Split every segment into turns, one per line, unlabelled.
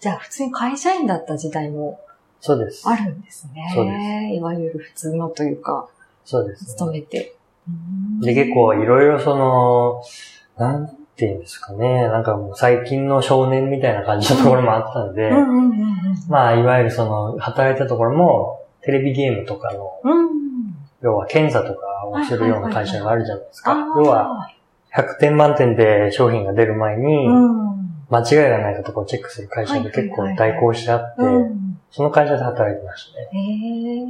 じゃあ普通に会社員だった時代も
そうです。
あるんですね。
そうです
いわゆる普通のというか、
そうです、
勤めて。うー
で、
ん
結構いろいろその、なんていうんですかね、なんかもう最近の少年みたいな感じのところもあったんで、
うんうんうんうん。
まあ、いわゆるその、働いたところも、テレビゲームとかの、
うん。
要は検査とかをするような会社があるじゃないですか。
あー
要は、、100点満点で商品が出る前に、
うん。
間違いがないかとこをチェックする会社が結構代行してあって、
うん。
その会社で働いてましたね。
へえ。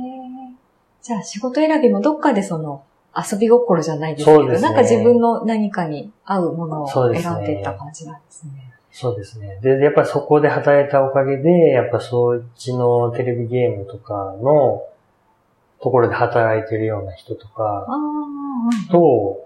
じゃあ仕事選びもどっかでその遊び心じゃないですけ
そう
ど、
ですね
なんか自分の何かに合うもの
そう
を
です
選
ね
んでいった感じなんですね。
そうですね。で、やっぱりそこで働いたおかげで、やっぱそっちのテレビゲームとかのところで働いてるような人と
あ
か
あ、うん
と、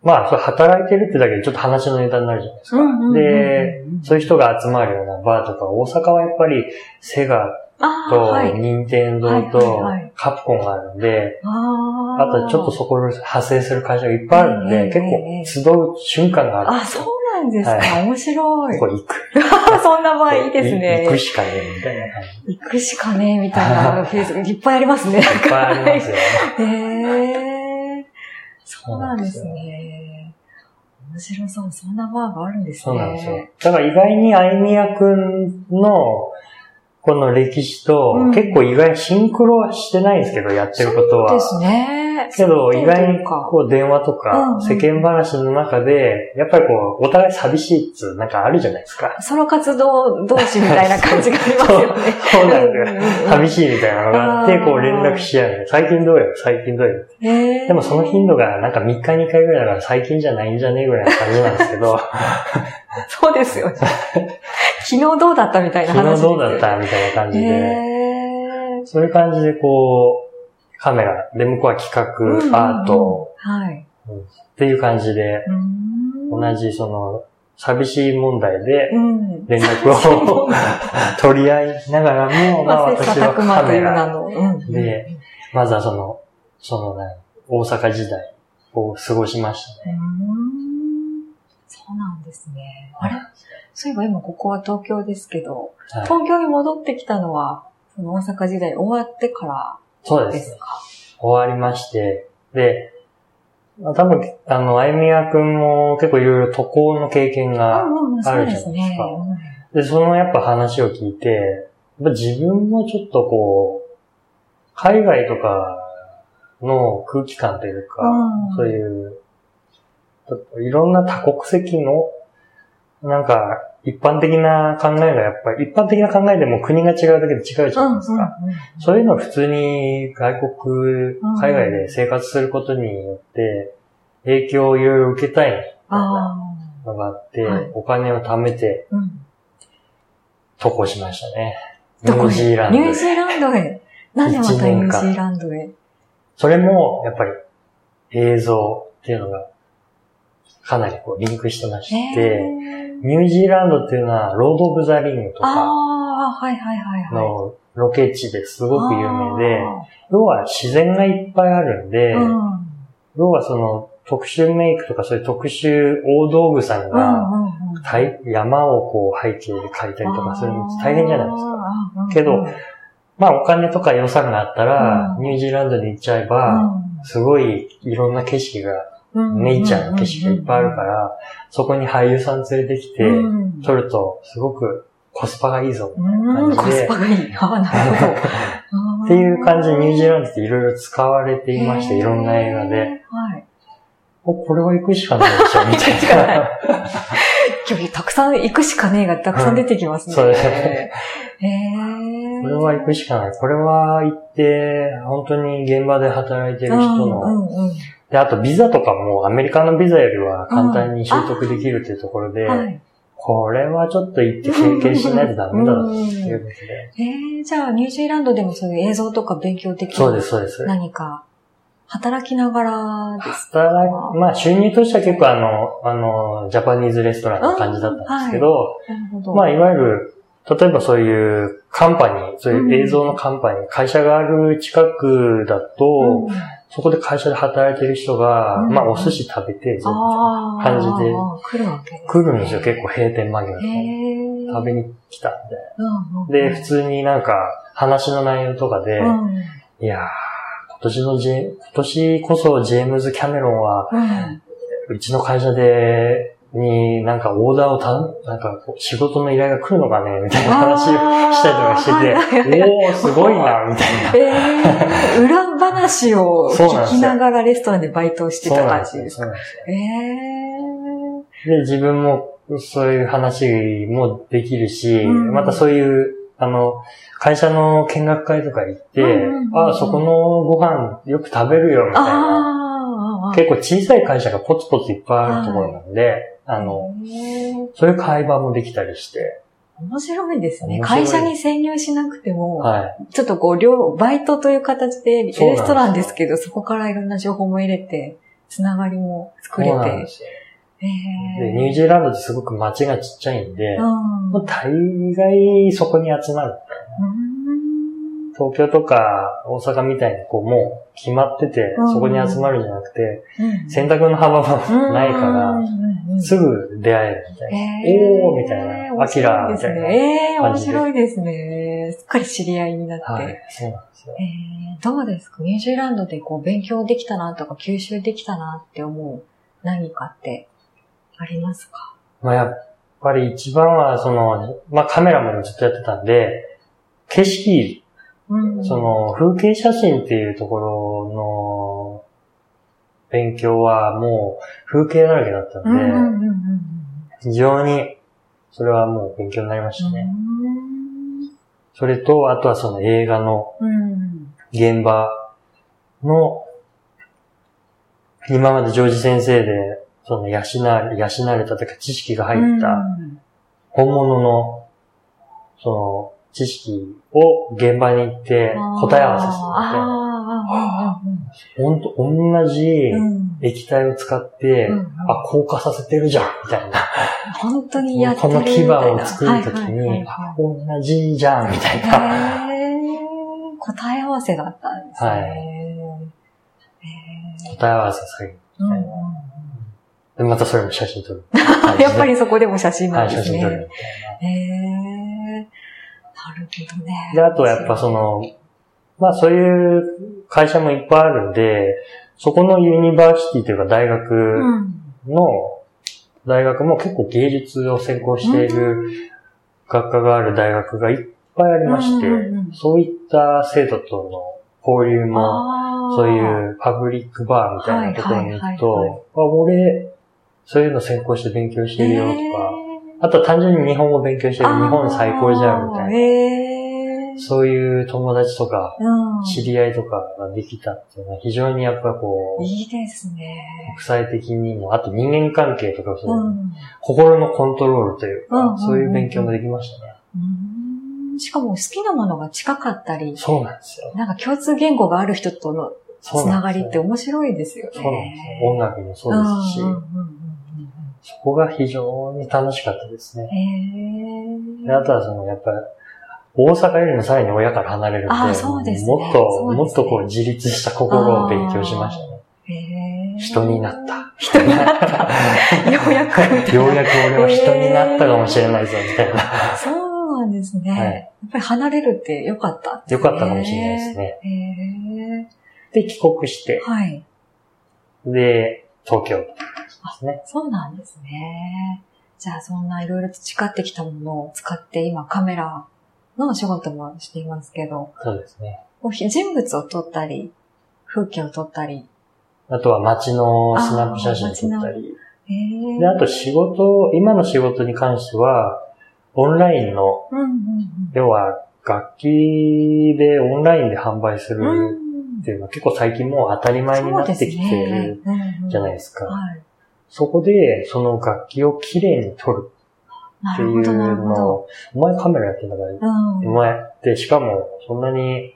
まあ、それ働いてるってだけでちょっと話のネタになるじゃないですか。
うんうんうんうん
で、そういう人が集まるようなバーとか、大阪はやっぱりセガ
ああ、
と
はい。
任天堂
はい
と
はいはい
カプコンがあるんで、
あ
あとちょっとそこに派生する会社がいっぱいある
え
ん
え
で、
ええ
結構集う瞬間があるん
あ、
です
そ
よ。
うなんですか。
は
面白い
こ。こ行く。
そんな場合いいですね。
い行くしかねえみたいな感じ。
行くしかねえみたい なフェーズ、いっぱいありますね。いっ
いっぱいありますよ。
へえ
そ
そうなんです。ね。面白そう。そんなバーがあるんですね。
そうなんですよ。だから意外にあいみやくんの、この歴史と
うん、
結構意外にシンクロはしてないんですけど、やってることは。
そうですね。
けど、意外に
か。
こう電話と
うんうん
か、世間話の中で、やっぱりこう、お互い寂しいっつう、なんかあるじゃないですか。
ソロ活動同士みたいな感じがありますよね。
そうなんですよ。
よ
寂しいみたいなのがあって
あ、ー
こう連絡し合う。最近どうよ最近どうよでもその頻度がなんか3日に1回ぐらいだから最近じゃないんじゃねえぐらいの感じなんですけ ど、
そうです よね。昨日どうだったみたいな話
昨
で
日
すよ
ど
ね。
うだったみたいな感じ
へ
で、
え
そういう感じでこう、カメラ、で、向こうは企画、アート
はい。
っていう感じで、
うーん
同。じその、寂しい問題で
うん。
連絡 を取り合いながらも、ま
ま
あ
あ、切磋
私は
琢磨
カ
とい
メ
う名
ラ、
の。うん
で、まずはその、そのね、大阪時代を過ごしましたね。
うーんそうなんですね。あれそういえば今ここは東京ですけど、
はい
東京に戻ってきたのは、その大阪時代終わってか
そう
ら
で
ですす
ね。
か
終わりまして、で、まあ多分、あの、あゆみやくんも結構いろいろ渡航の経験が、
うんうん、そうです
ある
ね
じゃ。で、そのやっぱ話を聞いて、やっぱ自分もちょっとこう、海外とかの空気感というか、
うん
そういう、ちょっといろんな多国籍の、なんか、一般的な考えがやっぱり、一般的な考えでも国が違うだけで違うじゃ
う
ない
んうん
ですか。そういうのを普通に外国、
うん
海外で生活することによって、影響をいろいろ受けたいみたいな
あ
のがあって、
はい
お金を貯めて
ーうん
渡航しましたね。ニ
どこへ
ュージーラン
ニ
ド
ュー
へ。
ジーランドへ。なんでまたニュージーランドへ。
それも、やっぱり映像っていうのが、かなりこうリンクしてまして、
へー
ニュージーランドっていうのは、ロード・オブ・ザ・リングとか
ああ、はいはいはいはい。
のロケ地です
す
ごく有名で、要は自然がいっぱいあるんで、
うん
要はその特殊メイクとかそういう特殊大道具さん
うん
が、
うんうん
たい山をこう背景で描いたりとかするのって大変じゃないですか。
あーうんうん
けどまあお金とか予算があったら、
うん
ニュージーランドに行っちゃえば、すごいいろんな景色が、
うん
ネイチャーの景色がいっぱいあるから、そこに俳優さん連れてきて、
うん
撮るとすごくコスパがいいぞ。
うん、コ
感じ
ス
で
パがいい。ああ、なるほど。っ
っていう感じでニュージーランドっていろいろ使われていまして、いろんな映画で、。
はい。
おこれは行くしかないでしょ、みた
行くしか
い
ない
な。
今日たくさん行くしかねえがたくさん出てきますね。
うんそうですね
へえ。
これは行くしかない。これは行って、本当に現場で働いてる人
うん
の、
うんうん
で、あとビザとかもアメリカのビザよりは簡単に習得できるっていうところで、
はい。
これはちょっと行って経験しないとダメだろうっていうことで。
へえ、じゃあニュージーランドでもそういう映像とか勉強できる
そうです、そうです。
何か、働きながらです。
働き、まあ収入としては結構あの、あの、ジャパニーズレストランの感じだったんですけど、
なるほど。
まあいわゆる、例えばそういうカンパニー、そういう映像のカンパニー、会社がある近くだ
う
と、
ん
そこで会社で働いてる人が、
うん
まあお寿司食べて、
ああ、
感じで
来るわけですね
来るんですよ、結構閉店間際
へえ。
に。食べに来たんで。
うんうん
で、普通になんか話の内容とかで、
うんうん
いやー、今年のジェ、今年こそジェームズ・キャメロンは、うちの会社で、になんかオーダーをたん、なんかこう仕事の依頼が来るのかねみたいな話をしたりとかしてて、おー、すごいな、み たいな。
えー、裏話を
そうなんで
聞
す
き
よ
ながらレストランでバイトをしてた
そうな
感
んです
じ
よ。
です
そう
か
なんですよ
えー、
で、自分もそういう話もできるし、
うん
またそういう、あの、会社の見学会とか行って、
うんうんうんうん
あ、そこのご飯よく食べるよ、みたいな。
あーあー、あー
結構小さい会社がポツポツいっぱいあるところなんで、あの、
えー
そういう会話もできたりして、
面白いですね。
面白い
会社に潜入しなくても、
はい。
ちょっとこう、両、バイトという形で、レ
そうなんですよ
ストランですけど、そこからいろんな情報も入れて、つながりも作れ
そうなんで
て。
すよ
え
でニュージーランドってすごく街がちっちゃいんで、
うん
もう大概そこに集まる。
うん
東京とか大阪みたいにこうもう決まってて
うん、
そこに集まるんじゃなくて、
うん
選択の幅もないか
うん
ら、
うんうん
すぐ出会えるみたいな。おーみたいな
面白ですね
アキラみたいな
ええー、
感
面
じで
白いですね。すっかり知り合いになって。
はい、そうなんですよ。
えーどうですかニュージーランドでこう、勉強できたなとか、吸収できたなって思う何かってありますか
まあやっぱり一番はその、まあカメラもずっとやってたんで、景色、
うん
その風景写真っていうところの勉強はもう風景だらけだった
うんうんうん
ん
うんうん
で、非常にそれはもう勉強になりましたね。
うん
それと、あとはその映画の
うん。
現場の、今までジョージ先生で、その養われ、養われたというか知識が入った本物の、その知識を現場に行って答え合わ
わ
せするので、ほんと同じ
せうん。
液体を使って、
うん
あ、硬化させてるじゃんみたいな。
本当にやって
こ
るみた
の
いな。
牙を作るとき
はいはいはい
に、あ
は
同じじゃんみたい
い
な。
へー答え合わせだったんですね。
はい
へ
答え合わせされる
ーうんうん
でまたそれも写真撮る。
あ やっぱりそこでも写真
は、
ないんで
写
す
真
ね。
撮
へ
る
ー
みた
なるほ
いな。
どね。
で、あとはやっぱその、まあそういう会社もいっぱいあるんで、そこのユニバーシティというか大学
うん
の、大学も結構芸術を専攻している学科がある大学がいっぱいありまして
うんう、んうん
そういった生徒との交流も、
あー
そういうパブリックバーみたいなところに行く
はいはいはいは
と、あ、俺、そういうの専攻して勉強してるよとか、あとは単純に日本語勉強してる、日本最高じゃんみたいな。
い
そういう友達とか、
な
知り合いとかができたっていうのは非常にやっぱこう、
いいですね。
国際的にも、あと人間関係とかそうの、
ん
心のコントロールという
うんうんう
か
ん、
そういう勉強もできましたね。
うんしかも好きなものが近かったり、
そうなんですよ。
なんか共通言語がある人との
そ
つ
う
なんが
です
り
よ
って面白いですよね。
そうなんですよ。音楽もそうですし
うん、うんうん
そこが非常に楽しかったですね。
うんへ
で
ー
あとはその、やっぱり、大阪よりもさらに親から離れるんで、
あーそうですね
もっと、
そうですね
もっとこう自立した心を勉強しましたね。
へー
人になった。
人になった。ようやくみたいな。
ようやく俺は人になったかもしれないぞ、みたいな。
そうなんですね。
はい
やっぱり離れるって良かった、
良かったかもしれないです
へ
ね。
ー。
で、帰国して、
はい。
で、東京ですね。
そうなんですね。じゃあそんないろいろ培ってきたものを使って今カメラのお仕事もしていますけど、
そうですね。
こう人物を撮ったり、風景を撮ったり。
あとは街のスナップ写真撮ったり。
えー
で、あと仕事、今の仕事に関しては、オンラインの、
うんうん
要は楽器でオンラインで販売す
うん。う
る
ん
っていうのは結構最近もう当たり前になってきてるじゃない
い
ですか。
はい。
そこで、その楽器を綺麗に撮る
な
ってい
るほ
う
ど、なるほ
の
ど。
を、お前カメラやってんだから、
うん。
お前って、しかも、そんなに、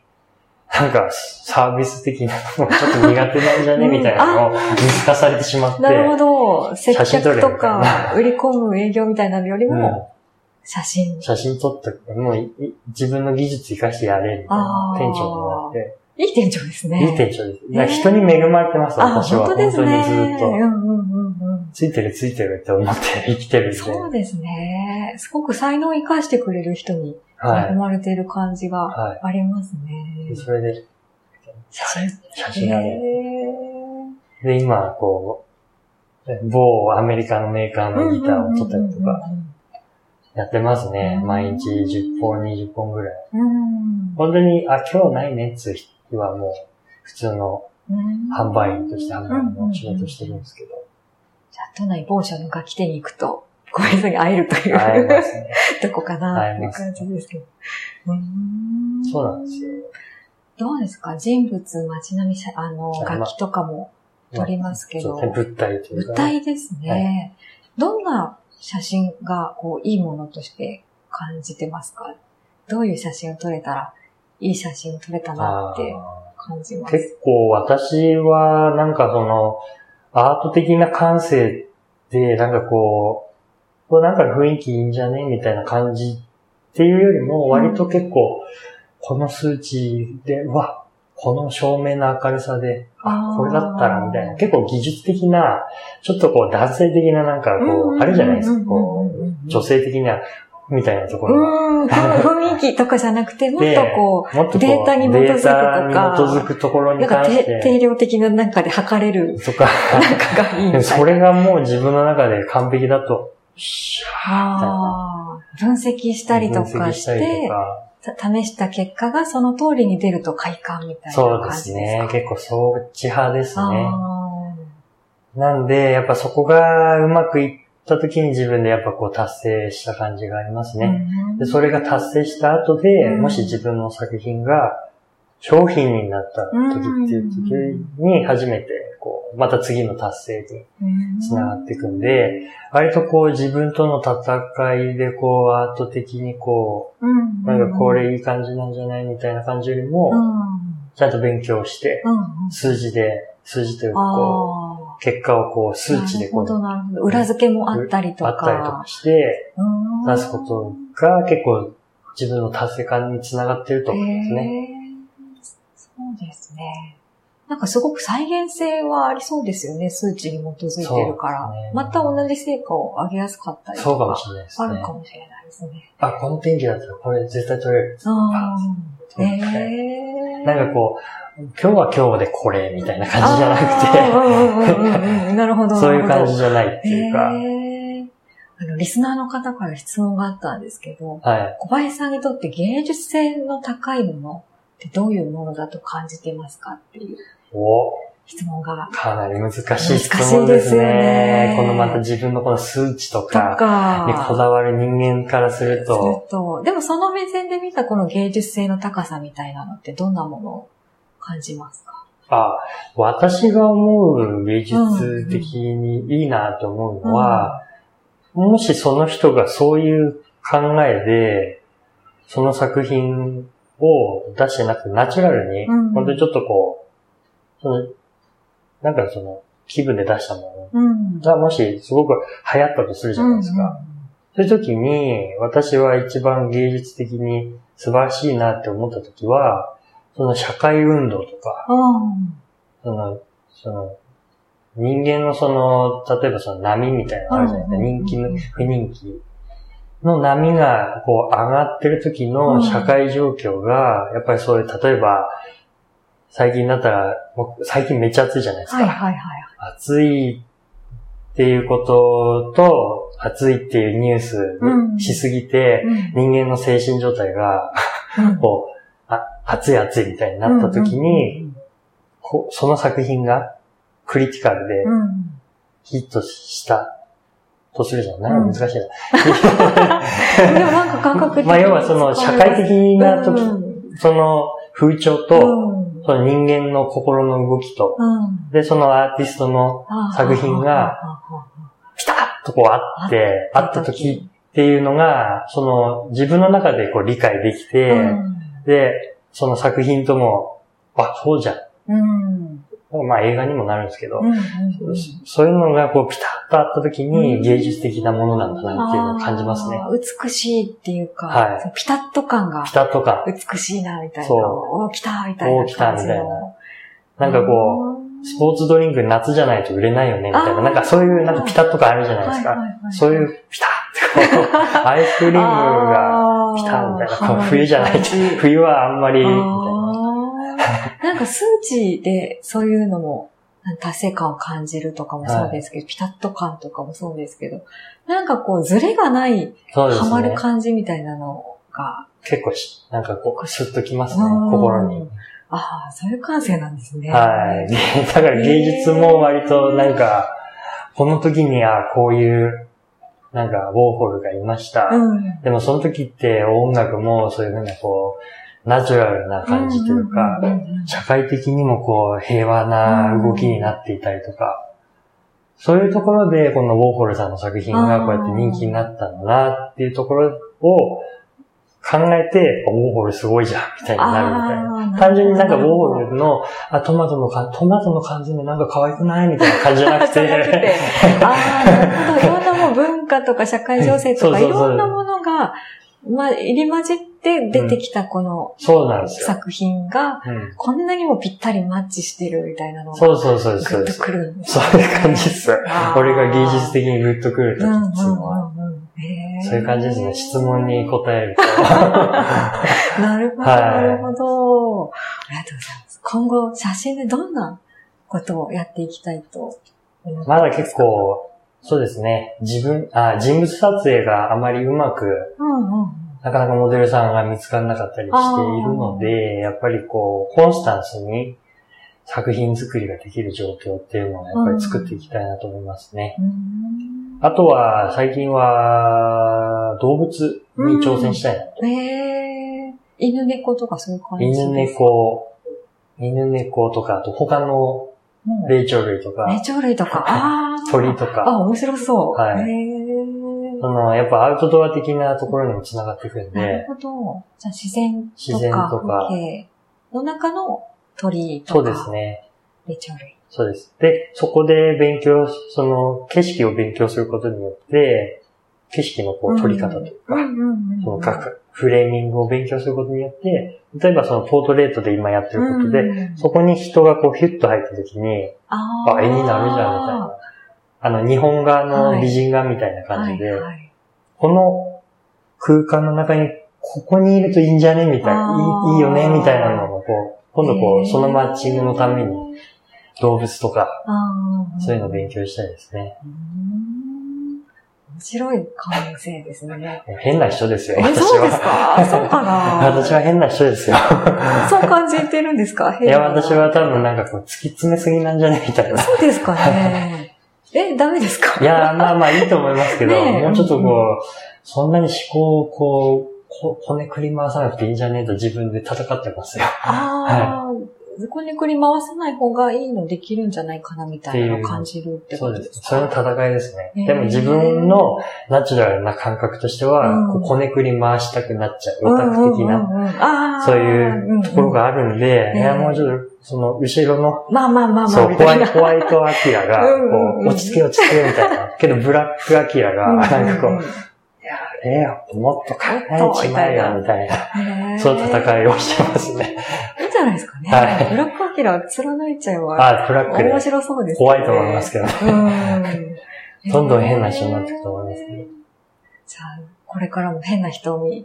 なんか、サービス的なのもちょっと苦手なんじゃね
うん
みたいなのを見透かされてしまって。
なるほど。接
写真撮れ
客
みたい
と
な
か、売り込む営業みたいなのよりも、
う
写真
ん、。写真撮ったから、もういい自分の技術活かしてやれ、みたいな
あー
店長になって、
いい店長ですね。
いい店長です。だから人に恵まれてます、
あ、
私は。
本当ですね。
本当にずっと。
うんうんうんうん。
ついてる ついてるって思って生きてるんで。
そうですね。すごく才能を生かしてくれる人に囲まれている感じが
は
あります
い。
ね。
それで、
写真。
写真が
へ
ね。
ー
で、今、こう、某アメリカのメーカーのギターを撮ったりとか、やってますね。
うん
毎日10本、20本ぐらい。
うんうん
本当に、あ、今日ないねっていう日はもう、普通の
うん。うん
販売員として販売
うんうんう
の
ん
仕事してるんですけど、
じゃあ、都内某所の楽器店に行くと、ごめんなさい、会えるという。
会えますね。
どこかな
会
っ
え
ていう
ます
感じですけど。うーん
そうなんですよ。
どうですか人物、街並み、写あの、
あまあ
楽器とかも撮りますけど、
そうね物体というか
物
ね、
体ですね。どんな写真が、こう、いいものとして感じてますかどういう写真を撮れたら、いい写真を撮れたなって
あ
感じま
ー
す。
結構私は、なんかその、アート的な感性で、なんかこう、これなんか雰囲気いいんじゃねみたいな感じっていうよりも、割と結構、この数値で、うわ、この照明の明るさで、
あ
あ
ー、
これだったら、みたいな。結構技術的な、ちょっとこう、男性的ななんか
うんうんうん
こ
うん
う、あれじゃないですか、こう、女性的な、みたいなところが
うーん、雰囲気とかじゃなくて、もっとこ
もっとこう
データに基づくとか
データに基づくところ
う、
に
なん
関
か
して
定定。量的な中で測れる
とか、
なんかがいいみたいな。
それがもう自分の中で完璧だと、シ
ああ、分析し
ャ
た
ー
りと
分
か
析
し
したり
て
と、か
た試した結果がその通りに出ると快感みたいな
そうで
感
す
じですか
ね。結構そっち派ですね。
あ
なんで、やっぱそこがうまくいった時に自分でやっぱこう達成した感じがあります
ー
ね。
うん
でそれが達成した後で、
うん
もし自分の作品が商品になった時っていう時に初めて、こう、また次の達成につながっていくんで、割とこう自分との戦いでこうアート的にこ
うんうん
う、なんかこれいい感じなんじゃないみたいな感じより
うん
も、
うん
ちゃんと勉強して、
うん
数字で、数字というかこ
あ
う、結果をこう
ー
数値でこ
なるほど、
う、
なるほど。裏付けもあったりと
あったりと
か
か。して、
うん
出すことが結構自分の達成感につながってると思うんですね。
へーそうですね。なんかすごく再現性はありそうですよね、数値に基づいてるから。
そうですね
また同じ成果を上げやすかったりとか。
そうかもしれないです
ある
ね
か。もしれないですね。
あ、この天気だったらこれ絶対取れる。
ああ。
そうです
え
なんかこう、今日は今日でこれみたいな感じじゃなくて、
くて。なるほど。
そういう感じ
っ
じゃないっていうか、
あの、リスナーの方から質問があったんですけど、
はい。
小林さんにとって芸術性の高いものってどういうものだと感じていますかっていう
お、
質問が。
かなり難しい質
難しい
問
で
ですす
よ
ね。
ね
このまた自分のこの数値と
と
かにこ
か、
だわる人間からする
す
と、
ると、でもその目線で見たこの芸術性の高さみたいなのってどんなものを感じますか
あ、私が思う芸術的にいいなと思うのは、もしその人がそういう考えで、その作品を出してなくてナチュラルに、
うん
本当にちょっとこう、そのなんかその気分で出したもの
うん。
がもしすごく流行ったとするじゃないですか。そういう時に、私は一番芸術的に素晴らしいなって思った時は、その社会運動とか、
うんうんうん。
その、その、人間のその、例えばその波みたいなのあるじゃないですか。人気の、不人気の波がこう上がってる時の社会状況が、やっぱりそういう、例えば、最近だったら、もう最近めっちゃ暑いじゃないですか。
はいはいはい。
暑いっていうことと、暑いっていうニュース
うん
しすぎて、
うん
人間の精神状態が、 こう、あ、暑い暑いみたいになった時に、、こうその作品がクリティカルで
うんうんうん
ヒットしたとするじゃん。なんか難しいな。
でもなんか感覚的に
まあ、要はその社会的な時、
うん
その風潮と、その人間の心の動きと、
うんうん
で、そのアーティストの作品がピタッとこうあって、あった時、っていうのが、その自分の中でこう理解できて、で、その作品とも、あ、そうじゃん。
うん
まあ映画にもなるんですけど、
うん
そういうのがこうピタッとあった時に芸術的なものなんだなっていうのを感じますね。
あー美しいっていうか、
はい
そのピタッと感が
ピタッと感。
美しいなみたいな。
そう
おー来たみたいな感じの。
おー来たみたいななんかこう、スポーツドリンク夏じゃないと売れないよね、みた
あ
い
ー
な。なんかそういうなんかピタッと感あるじゃないです
はい
か。
はいはい
そういうピタッってこう、アイスクリームが
あー
来たみたいなこう冬じゃない
感じ
冬はあんまり、みたいな。
あーなんか数値でそういうのも、達成感を感じるとかもそうですけど、ピタッと感とかもそうですけど、なんかこう、ズレがない、
そうで
ハ
す
マる
ね。
感じみたいなのが、
結構し、なんかこう、スッときますね、
うん
心に。
ああ、そういう感性なんですね。
はい。 だから芸術も割となんか、この時にはこういう、なんか、ウォーホルがいました。
うん。
でもその時って音楽もそういうふうなこう、ナチュラルな感じというか、
んんうんうん
社会的にもこう、平和な動きになっていたりとか、そういうところで、このウォーホルさんの作品がこうやって人気になったんだなっていうところを考えて、ウォーホルすごいじゃん、みたいになるみたいな。
あー
単純になんかウォー
るほど
ホルの、あ、トマトのか、トマトの缶詰なんか可愛くないみたいな感じじゃな くて。
じゃなくて、ああ、なるほど。いろんなもう文化とか社会情勢とか、
そ
いう
そうそう
ろんなものが、まあ、入り混じって出てきたこの
そうなんですよ。
作品が、
うん、
こんなにもぴったりマッチしてるみたいなのが、
そうそうそうです。そう
グッと
です
くるんです
そういう感じっす。
あー
俺が芸術的にグッとくる
う
と
んうん
きっていうのは、
うんうんへー
そういう感じですね。質問に答える と。
なるほど、
はい
なるほど。ありがとうございます。今後、写真でどんなことをやっていきたいと思って
まだ
ます
結構、そうですね。自分、あ、人物撮影があまりうまく、
うんうん。
なかなかモデルさんが見つからなかったりしているので、やっぱりこう、コンスタンスに作品作りができる状況っていうのをやっぱり作っていきたいなと思いますね。
うん
あとは、最近は、動物に挑戦したいな。
えー、犬猫とかそういう感じ
犬猫、犬猫とか、あと他の
もう
霊長類と
霊
か、
長類とか、ああ。
鳥とか、
あ、面白そう。
はい
へー
その、やっぱアウトドア的なところにも繋がってくるん
なる
で、
ほど。じゃあ自然と
自然
か
とか
風景の中の鳥
そ
と
うで
か、
すね。
霊長類。
そうです。で、そこで勉強、その、景色を勉強することによって、景色のこう、撮り方とか、そのかかフレーミングを勉強することによって、例えばそのポートレートで今やって
と
ることで、そこに人がこう、ヒュッと入った時に、
あ
あ、絵になるじゃん、みたいな。あの、日本画の美人画みたいな感じで、
はいはい
この空間の中に、ここにいるといいんじゃねみたい
あ
な、
ー
いいいいよねみたいなのをこう、今度こ
へ
う、
ー
そのマッチングのために動物とか、
あー
そういうのを勉強したいですね。
うーん面白い感性ですね。
変な人ですよ、
え、
私
そうです
は。
かそうかな
私は変な人ですよ。
そう感じてるんですか
いや、私。は多分なんかこう、突き詰めすぎなんじゃねみたいな。
そうですかね。え、ダメですか
いやー、まあまあいいと思いますけど、
ねえ
もうちょっとこう、そんなに思考をこう、ここねくり回さなくていいんじゃねえと自分で戦ってますよ。
ああ、ずこねくり回さない方がいいのできるんじゃないかなみたいなのを感じるって
そ
こ
う
と
で
です
す。
か
それの戦いです
へえ
ね。でも自分のナチュラルな感覚としては、
うん
こうこねくり回したくなっちゃう。
う
オ
ん
タ
うん
ク的な
うんうんあー
そういうところがあるんで
う、ん
いや、もうちょっと、その、後ろの、
まあまあまあま
そ
あ、
う、
み
ホ
た
ワ
い
イ
な。
ホワイトアキラが、
うんうんうん
こう、落ち着け落ち着けみたいな。けど、ブラックアキラが、なんかこう、ええよ、もっと考えちまえよ、みたいな。
うん
そういう戦いをしてます。ね。
いいんじゃないですかね。
はい
ブラックアキラ貫いちゃえば、
あ、ブラック
面
で
白そうですね。
怖いと思いますけど。
うん。
どんどん変な人になっていくと思いますけど
じゃあ、これからも変な人に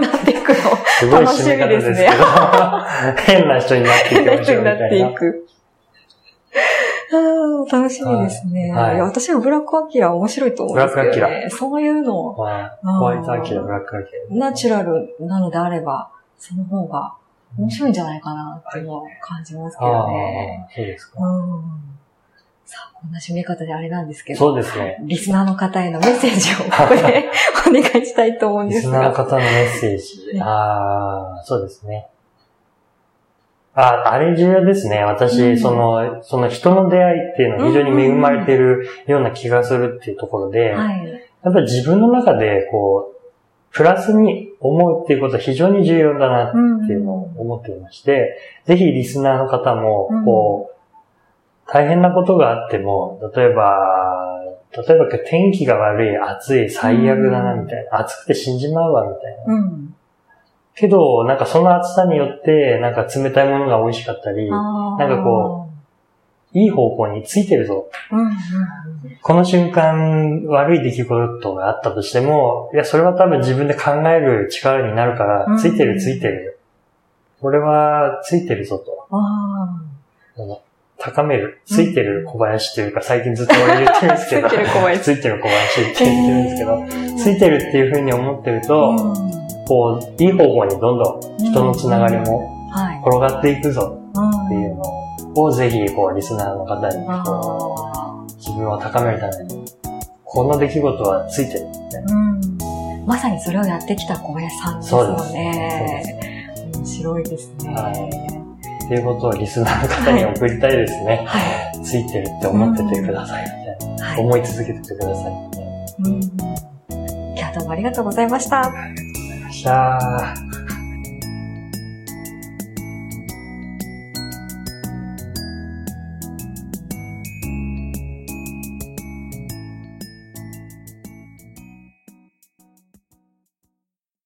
なっていくの。
すごい締め方ですけど、 変な人になってい
変
き
な
まし
人
ょう
に
み
なったて。
いない
く。あー楽しみですね。
はいはい
いや私はブラックアキラ面白いと思うんですけど、ね。
ブラックア
そういうのを、
ま
うん
あホワイトアキラ、ブラックアキラ。
ナチュラルなのであれば、その方が面白いんじゃないかなっていうのは感じますけ
ああ
どね。、
そうですか。
うん。さあ、こんな締め方であれなんですけど。
そうですね。
リスナーの方へのメッセージをここ でお願いしたいと思うん
リ
で
ス
す
ナーの
が。
方のメッセージ。ああ、そうですね。あ、あれ重要ですね。私、
うん
その、その人の出会いっていうのは非常に恵まれてるような気がするっていうところで、
はい。
やっぱり自分の中で、こう、プラスに思うっていうことは非常に重要だな
うん
っていうのを思っていまして、ぜひリスナーの方も、こう、大変なことがあっても、例えば、例えば天気が悪い、暑い、最悪だな、みたいな。暑くて死んじまうわ、みたいな。
うん。
けど、なんかその暑さによって、なんか冷たいものが美味しかったり、
な
なんかこいいい方向についてるぞ。
うんうん
この瞬間、悪い出来事があったとしても、いや、それは多分自分で考える力になるから、
うん
ついてるついてる。これは、ついてるぞと。
あ
高める。ついてる小林っていうか、最近ずっと俺言ってるんですけど。
ついてる小林
ついてる小林って
ー
言ってるんですけど。ついてるっていう風に思ってると、こう、いい方向にどんどん人のつながりも
はい。
転がっていくぞっていう
うん
のを、ぜひ、こう、リスナーの方に、こ
あ
う、自分を高めるために、この出来事はついてる。
ーうんまさにそれをやってきた小林さんです
そう
よ
です。
ね。面白いですね。
はっていうことをリスナーの方に送りたいですね。
は
ついてるって思っててくださいみたいな。
い。はい。
思い続けててくださいみたいな。
うんいや、どうもありがとうございました。
じゃあ。